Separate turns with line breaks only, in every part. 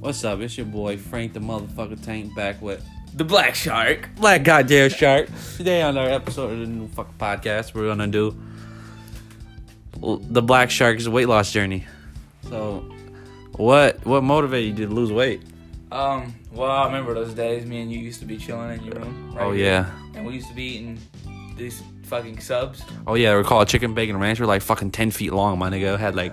What's up? It's your boy Frank the motherfucker Tank back with
The Black Shark.
Black Goddamn Shark. Today on our episode of the new fucking podcast, we're gonna do l- the Black Shark's weight loss journey. So, what what motivated you to lose weight?
Um, well, I remember those days me and you used to be chilling in your room. right
Oh
here.
yeah,
And we used to be eating these fucking subs.
oh yeah. Recall chicken bacon ranch. We're like fucking ten feet long, my nigga. Had like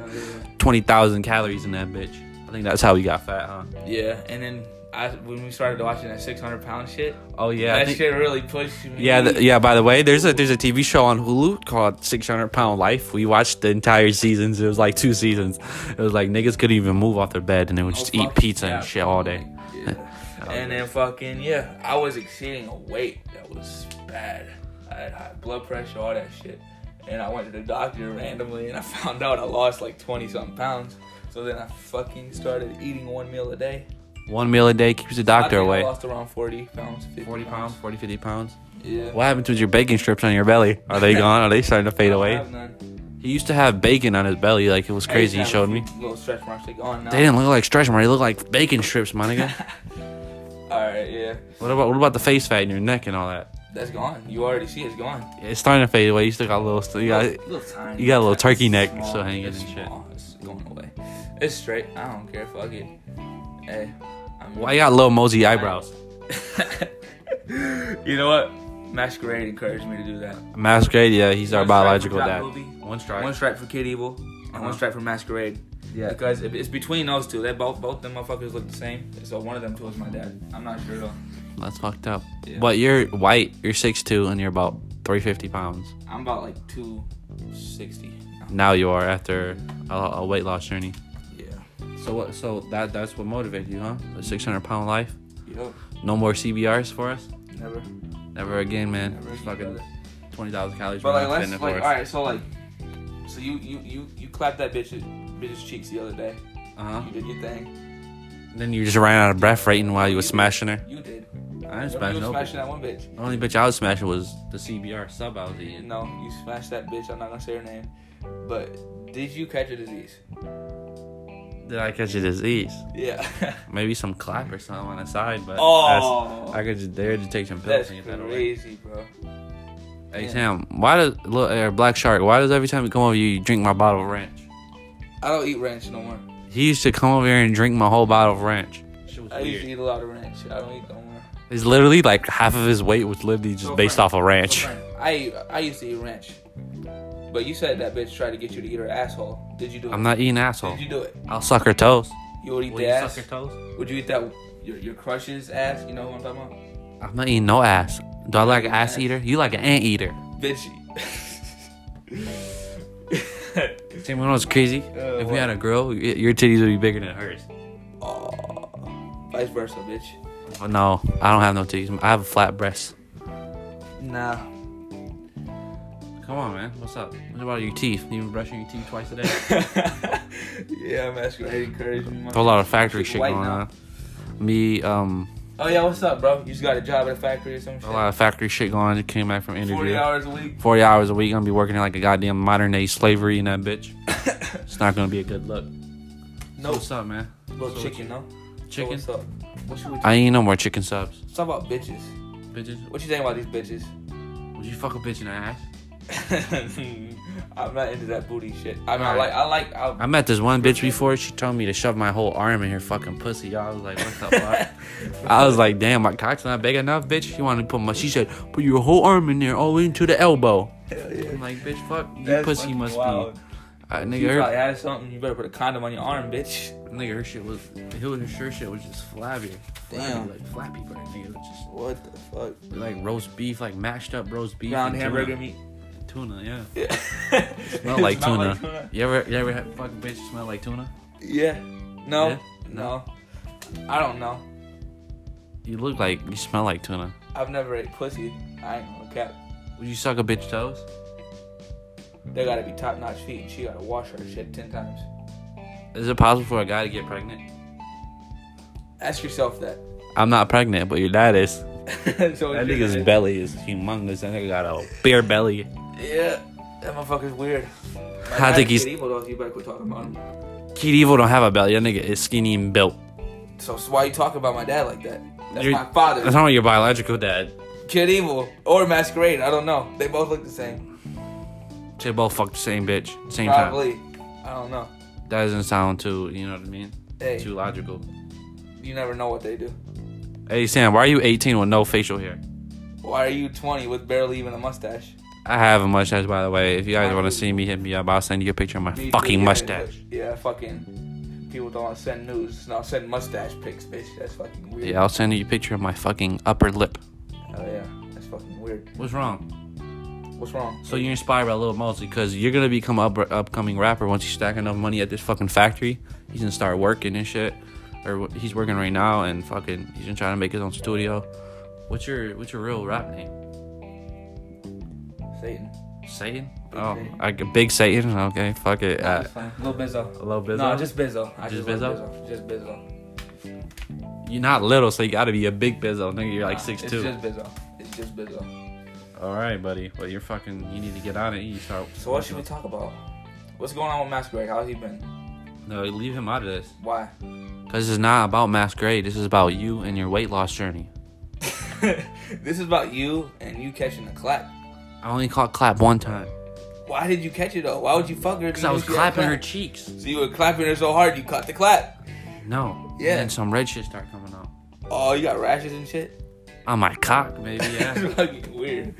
twenty thousand calories in that bitch. I think that's how we got fat, huh?
Yeah. And then I when we started watching that 600 pound shit,
Oh yeah. I
that
think-
shit really pushed me.
Yeah, th- yeah. By the way, there's a there's a TV show on Hulu called Six Hundred Pound Life. We watched the entire seasons. It was like two seasons. It was like niggas couldn't even move off their bed, and they would
Oh,
just
fuck.
eat pizza
Yeah.
and shit all day.
Yeah. and then fucking yeah, I was exceeding a weight that was bad. I had high blood pressure, all that shit. And I went to the doctor randomly, and I found out I lost like twenty something pounds. So then I fucking started eating one meal a day.
One meal a day keeps the
I
doctor
think I
away.
lost around forty pounds. 50
40, 50 pounds.
Yeah.
What happened to your bacon strips on your belly? Are they gone? Are they starting to
I
fade
don't
away?
have none.
He used to have bacon on his belly, like it was crazy. He
I used to have
showed
a
me.
few Little stretch marks they gone now.
They didn't look like stretch marks. They looked like bacon strips, my nigga.
All right, yeah,
what about what about the face fat in your neck and all that?
that's gone. You already see it's gone.
It's starting to fade away. You still got a little. Still, you got,
little, little tiny.
you got a little
It's
turkey neck
small.
still hanging
It's
and shit.
small. It's going away. It's straight. I don't care. Fuck it. Hey, I'm.
why you got little mosey eyebrows?
you know what? Masquerade encouraged me to do that.
Masquerade, yeah, he's our
One Strike
biological
for
dad.
Jack Ruby,
One strike.
One strike for Kid Evil, and
Uh-huh.
one strike for Masquerade.
Yeah.
Because if it's between those two. They both both them motherfuckers look the same. So one of them two is my dad. I'm not sure though.
That's fucked up.
Yeah.
But you're white, you're 6'2", and you're about 350 pounds.
I'm about like two sixty.
Now you are after a, a weight loss journey.
Yeah.
So what? So that that's what motivated you, huh? The 600 pound life.
Yup.
No more CBRs for us.
Never.
Never again, man.
Never
Just
again,
fucking
brother.
20,000 calories.
But
we're
like
not
let's
spending
like
for
all
us.
right. So like, so you you you you clapped that bitch bitch's cheeks the other day.
Uh-huh.
You did your thing.
Then you just ran out of breath right while you was smashing her.
You did.
I didn't smash
Remember you
no.
was
bitch.
smashing that one bitch.
The only bitch I was smashing was the CBR sub I was eating.
No, you smashed that bitch. I'm not gonna say her name. But did you catch a disease?
Did I catch a disease?
Yeah.
maybe some clap or something on the side, but
oh,
that's, I could just dare to take some pills
that's
and get that away.
crazy, bro.
Hey Sam, why does look or Black Shark? Why does every time you come over you, you drink my bottle of ranch?
I don't eat ranch no more.
He used to come over here and drink my whole bottle of ranch. Shit was
I used to
weird.
eat a lot of ranch. I don't eat no more.
It's literally like half of his weight was literally just
So
based
Frank-
off of ranch.
So, Frank, I I used to eat ranch, but you said that bitch tried to get you to eat her asshole. Did you do it?
I'm not eating asshole.
Did you do it?
I'll suck her toes.
You would eat
Will
the
you suck
ass.
her toes?
Would you eat that your your crush's ass? You know what I'm talking about?
I'm not eating no ass. Do I like an ass
Ass.
eater? You like an ant eater.
Bitch.
Sam, you know what's crazy?
Uh,
if we
what?
had a girl, y- your titties would be bigger than hers.
oh, vice versa, bitch.
But Oh, no, I don't have no titties. I have a flat breast.
Nah.
Come on, man. What's up? What about your teeth? You been brushing your teeth twice a day?
yeah, masquerade encouraged me.
There's a lot of factory shit
White
going
now.
on. Me, um,
Oh yeah, what's up, bro? You just got a job at a factory or some
a lot
shit.
of factory shit going on. Just came back from interview.
Forty hours a week.
40 hours a week. Gonna be working in like a goddamn modern day slavery in that bitch. it's not gonna be a good look. So
No
What's up, man?
little
so
chicken, no. So
Chicken?
what's up? What you, what you,
I ain't eating no more chicken subs.
what's up about bitches?
Bitches?
What you think about these bitches?
Would you fuck a bitch in the ass?
I'm not into that booty shit. I mean, I
Alright.
like, I like, I,
I met this one bitch before. She told me to shove my whole arm in her fucking pussy. Y'all I was like, what the fuck? I was like, damn, my cock's not big enough, bitch. She wanted to put my. She said, put your whole arm in there, all the way into the elbow.
hell yeah.
I'm like, bitch, fuck. You
That's
pussy
fucking
must
wild.
be. Uh, nigga,
You
her,
probably had something. You better put a condom on your arm, bitch.
nigga, her shit was. Her shirt shit was just flabby. flabby
Damn.
Like flappy, but nigga, it was just
What the fuck?
like roast beef, like mashed up roast beef.
Round
and
hamburger
tuna.
meat.
Tuna, yeah.
Yeah.
Smell like tuna. You ever, you ever had fucking bitch smell like tuna?
Yeah. No.
Yeah?
No. I don't know.
You look like you smell like tuna.
I've never ate pussy. I ain't gonna cap.
Would you suck a bitch toes?
They gotta be top notch feet. and She gotta wash her shit ten times.
Is it possible for a guy to get pregnant?
Ask yourself that.
I'm not pregnant, but your dad is.
so
That
if you're
nigga's
gonna-
belly is humongous. That nigga got a bare belly.
Yeah. That motherfucker's weird. My
I think
dad's
he's-
evil though. You better quit talking about him.
Kid Evil don't have a belly. That nigga is skinny and built.
So, so why you talking about my dad like that? That's
You're-
my father.
That's not your biological dad.
Kid Evil or Masquerade. I don't know. They both look the same.
They both fuck the same bitch, same
Probably. I don't know.
time. That doesn't sound too, you know what I mean?
Hey,
Too logical.
you never know what they do.
Hey Sam, why are you 18 with no facial hair?
Why are you 20 with barely even a mustache?
I have a mustache, by the way. If you guys want
I
to
really-
see me, hit me up. I'll send you a picture of my
Me
fucking
too, yeah,
mustache.
Yeah, fucking. People don't want to send news. No, send mustache pics, bitch. That's fucking weird.
Yeah, I'll send you a picture of my fucking upper lip.
Oh yeah, that's fucking weird.
What's wrong?
What's wrong?
So you're inspired by Lil Mosey because you're gonna become up upcoming rapper once you stack enough money at this fucking factory. He's gonna start working and shit, or wh- he's working right now and fucking he's gonna try to make his own studio. What's your what's your real rap name?
Satan.
Uh, Satan.
Big
Oh,
Satan.
I, Big Satan. Okay, fuck it. Uh,
That's fine. Lil Bizzo.
Lil Bizzo.
No, just Bizzo. I
Just
love
Bizzo?
Just Bizzo.
You're not little, so you gotta be a big bizzo. Nigga, you're like
Nah,
six
it's
two.
It's just Bizzo. It's just Bizzo.
All right, buddy. Well, you're fucking. You need to get on it. You need to start.
So what should we talk about? What's going on with Masquerade? How's he been?
No, leave him out of this.
Why?
Cause this is not about masquerade. This is about you and your weight loss journey.
this is about you and you catching the clap.
I only caught clap one time.
Why did you catch it though? Why would you fuck her? if
Cause
you
I
knew
was
she had
clapping her
clap?
cheeks.
So you were clapping her so hard you caught the clap.
No.
Yeah.
And then some red shit started coming out.
Oh, you got rashes and shit.
On my cock, baby. Yeah.
That's fucking weird.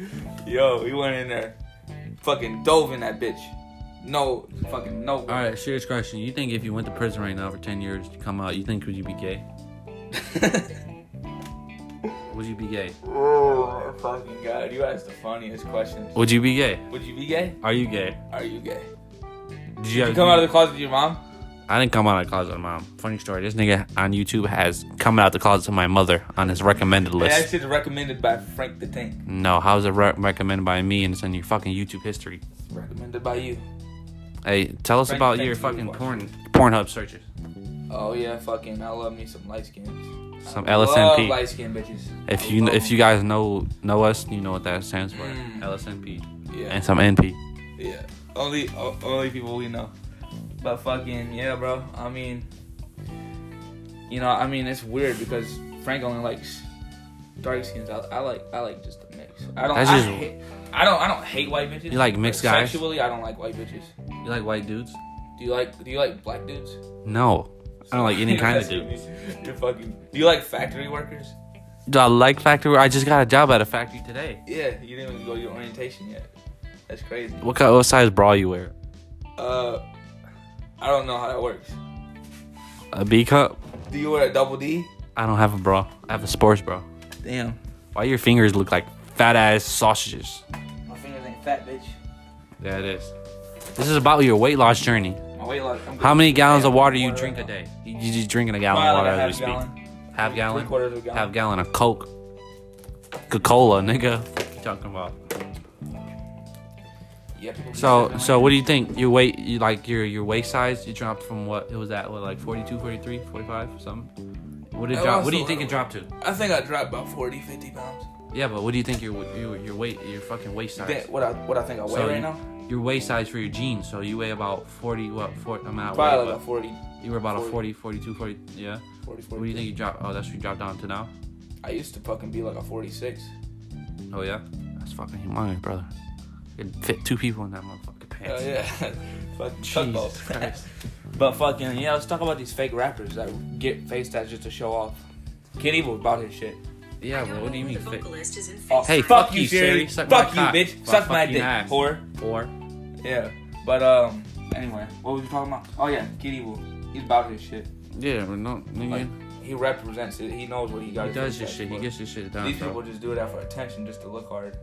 Yo, we went in there, fucking dove in that bitch. No, fucking no.
All right. Serious question. You think if you went to prison right now for ten years to come out, you think would you be gay? Would you be gay?
oh my fucking god, you asked the funniest questions.
Would you be gay?
Would you be gay?
Are you gay?
Are you gay?
Did you,
You come out of the closet with your mom?
I didn't come out of the closet, mom. Funny story. This nigga on YouTube has coming out the closet to my mother on his recommended
It
list.
actually is recommended by Frank the Tank.
No, how's it re- recommended by me and it's in your fucking YouTube history?
It's recommended by you.
Hey, tell us
Frank,
about
thank
your
you for
fucking porn
watching.
Pornhub searches.
Oh yeah, fucking. I love me some light skins.
Some
Love
LSNP.
light skin bitches.
if
I
you
love
if you guys know know us, you know what that stands for.
Mm.
LSNP
them. yeah
and some NP.
yeah only o- only people we know. But fucking yeah, bro. I mean, you know, I mean it's weird because Frank only likes dark skins. I, I like I like just the mix. I don't.
That's
I,
just-
hate, I don't. I don't hate white bitches.
You like mixed guys?
Sexually, I don't like white bitches.
You like white dudes?
Do you like Do you like black dudes?
No, I don't like any kind of
That's
dude.
what you- You're fucking. Do you like factory workers?
Do I like factory? I just got a job at a factory today.
Yeah, you didn't even go to your orientation yet. That's crazy.
What kind, what size bra you wear?
Uh, I don't know how that works.
A B cup?
Do you wear a double D?
I don't have a bra. I have a sports bra.
Damn,
Why your fingers look like fat ass sausages?
my fingers ain't fat, bitch.
Yeah, it is. This is about your weight loss journey.
My weight loss. I'm
How
good.
many gallons
Yeah,
of water do you
water
drink a
right now.
day? You you just drinking a gallon of
Probably
water
like a
as we
half
speak.
gallon.
Half gallon.
Three quarters of a gallon.
Half gallon of Coke. Coca Cola, nigga. What you talking about?
Yeah, people be
So
sipping
so
like
what do you think? Your weight you like your your waist size you dropped from what it was at what like 42, 43, 45, something? What did it
I
drop
lost
what do
a
you think it
little.
dropped to?
that. I think I dropped about 40, 50 pounds.
Yeah, but what do you think your your, your weight your fucking waist size?
Damn, what I what I think I weigh
So
right
you-
now?
Your waist size for your jeans, so you weigh about 40 what 40 I'm out.
Probably like a 40,
you were about
40.
a 40, 42, 40, yeah.
40,
What do you
40.
think you dropped? Oh, that's what you dropped down to now.
I used to fucking be like a 46.
Oh yeah, that's fucking humongous, brother. It fit two people in that motherfucking
Hell
pants.
Oh, yeah. fucking
Jesus
tugboat.
Christ.
but fucking, yeah, let's talk about these fake rappers that get face tats just to show off. Kid Evil about his shit.
Yeah, but what do you mean?
The
Fit?
vocalist is in
Oh,
face.
Hey,
fuck,
fuck
you,
you,
Siri.
Siri. Suck
fuck you,
my cock.
bitch.
Fuck
Suck my
fucking
dick,
ass.
whore.
Or
Yeah, but um, anyway, what were we talking about? Oh yeah, Kid Evil. He's about his shit.
yeah, we're not nigga.
Like, he represents it. He knows what he got.
he does his shit. He gets his shit done.
These
Bro.
people just do that for attention, just to look hard.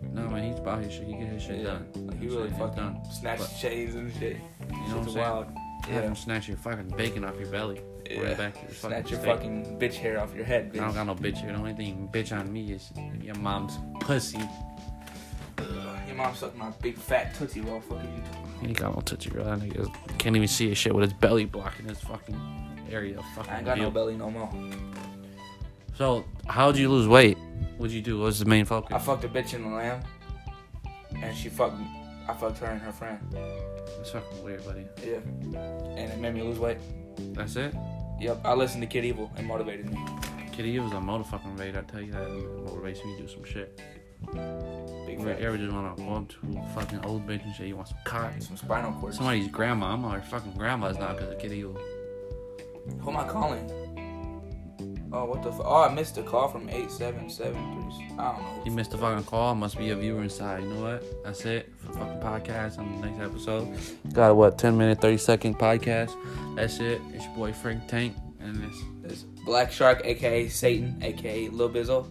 No man, he's about his shit. He get his shit done. You know
Like, he
what I'm
really
saying?
fucking
He's done.
snatched
But-
chains and shit.
You know what I'm
Shit's
saying?
wild.
Have
Yeah.
him snatch your fucking bacon off your belly. Yeah.
Yeah.
back to your fucking
Snatch your
steak.
fucking bitch hair off your head,
I don't
bitch.
got no bitch here. The only thing bitch on me is your mom's pussy.
Ugh, Your mom sucked my big fat tootsie roll. Fuck you.
He ain't got no touchy real. That nigga can't even see his shit with his belly blocking his fucking area. of Fucking
I ain't got no
view.
belly no more.
So, how'd you lose weight? What'd you do? What was the main
I
focus?
fucked a bitch in the lamb, and she fucked. me. I fucked her and her friend.
It's fucking weird, buddy.
Yeah. And it made me lose weight.
That's it?
Yep, I listened to Kid Evil and motivated me.
Kitty, it was a motherfucking raid. I tell you that. Motivation, you do some shit.
Big
Every
fan.
ever just want to go up to a fucking old bitch and shit. You want some cock?
Some spinal cord.
Somebody's grandma. I'm our fucking grandma's not because of Kitty Evil.
Who am I calling? Oh, what the? F- oh, I missed a call from eight seven seven three. I don't know.
You missed a fucking call. Must be a viewer inside. You know what? That's it for the fucking podcast on the next episode. Got a, what? 10 minute, 30 second podcast. That's it. It's your boy Frank Tank. And it's
It's Black Shark, aka Satan, aka Lil Bizzle,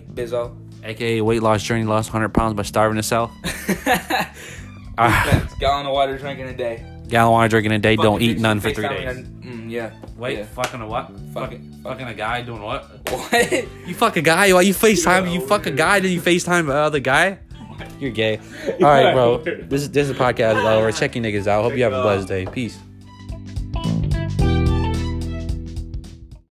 Bizzo.
AKA Weight Loss Journey. Lost 100 pounds by starving himself. Ah,
Thanks. Gallon of water drinking a day.
gallon of water drinking a day.
Fucking
Don't eat
bitch,
none for
face
three
down
days.
and- mm, yeah.
Wait,
Yeah.
fucking a what?
Fucking-
fucking a guy doing what?
What?
You fuck a guy? Why you FaceTime? You
Yeah,
fuck a
weird.
guy? Then you FaceTime another guy? You're gay. All right, bro. This is this is a podcast. Uh, we're checking niggas out. Hope you have a blessed day. Peace.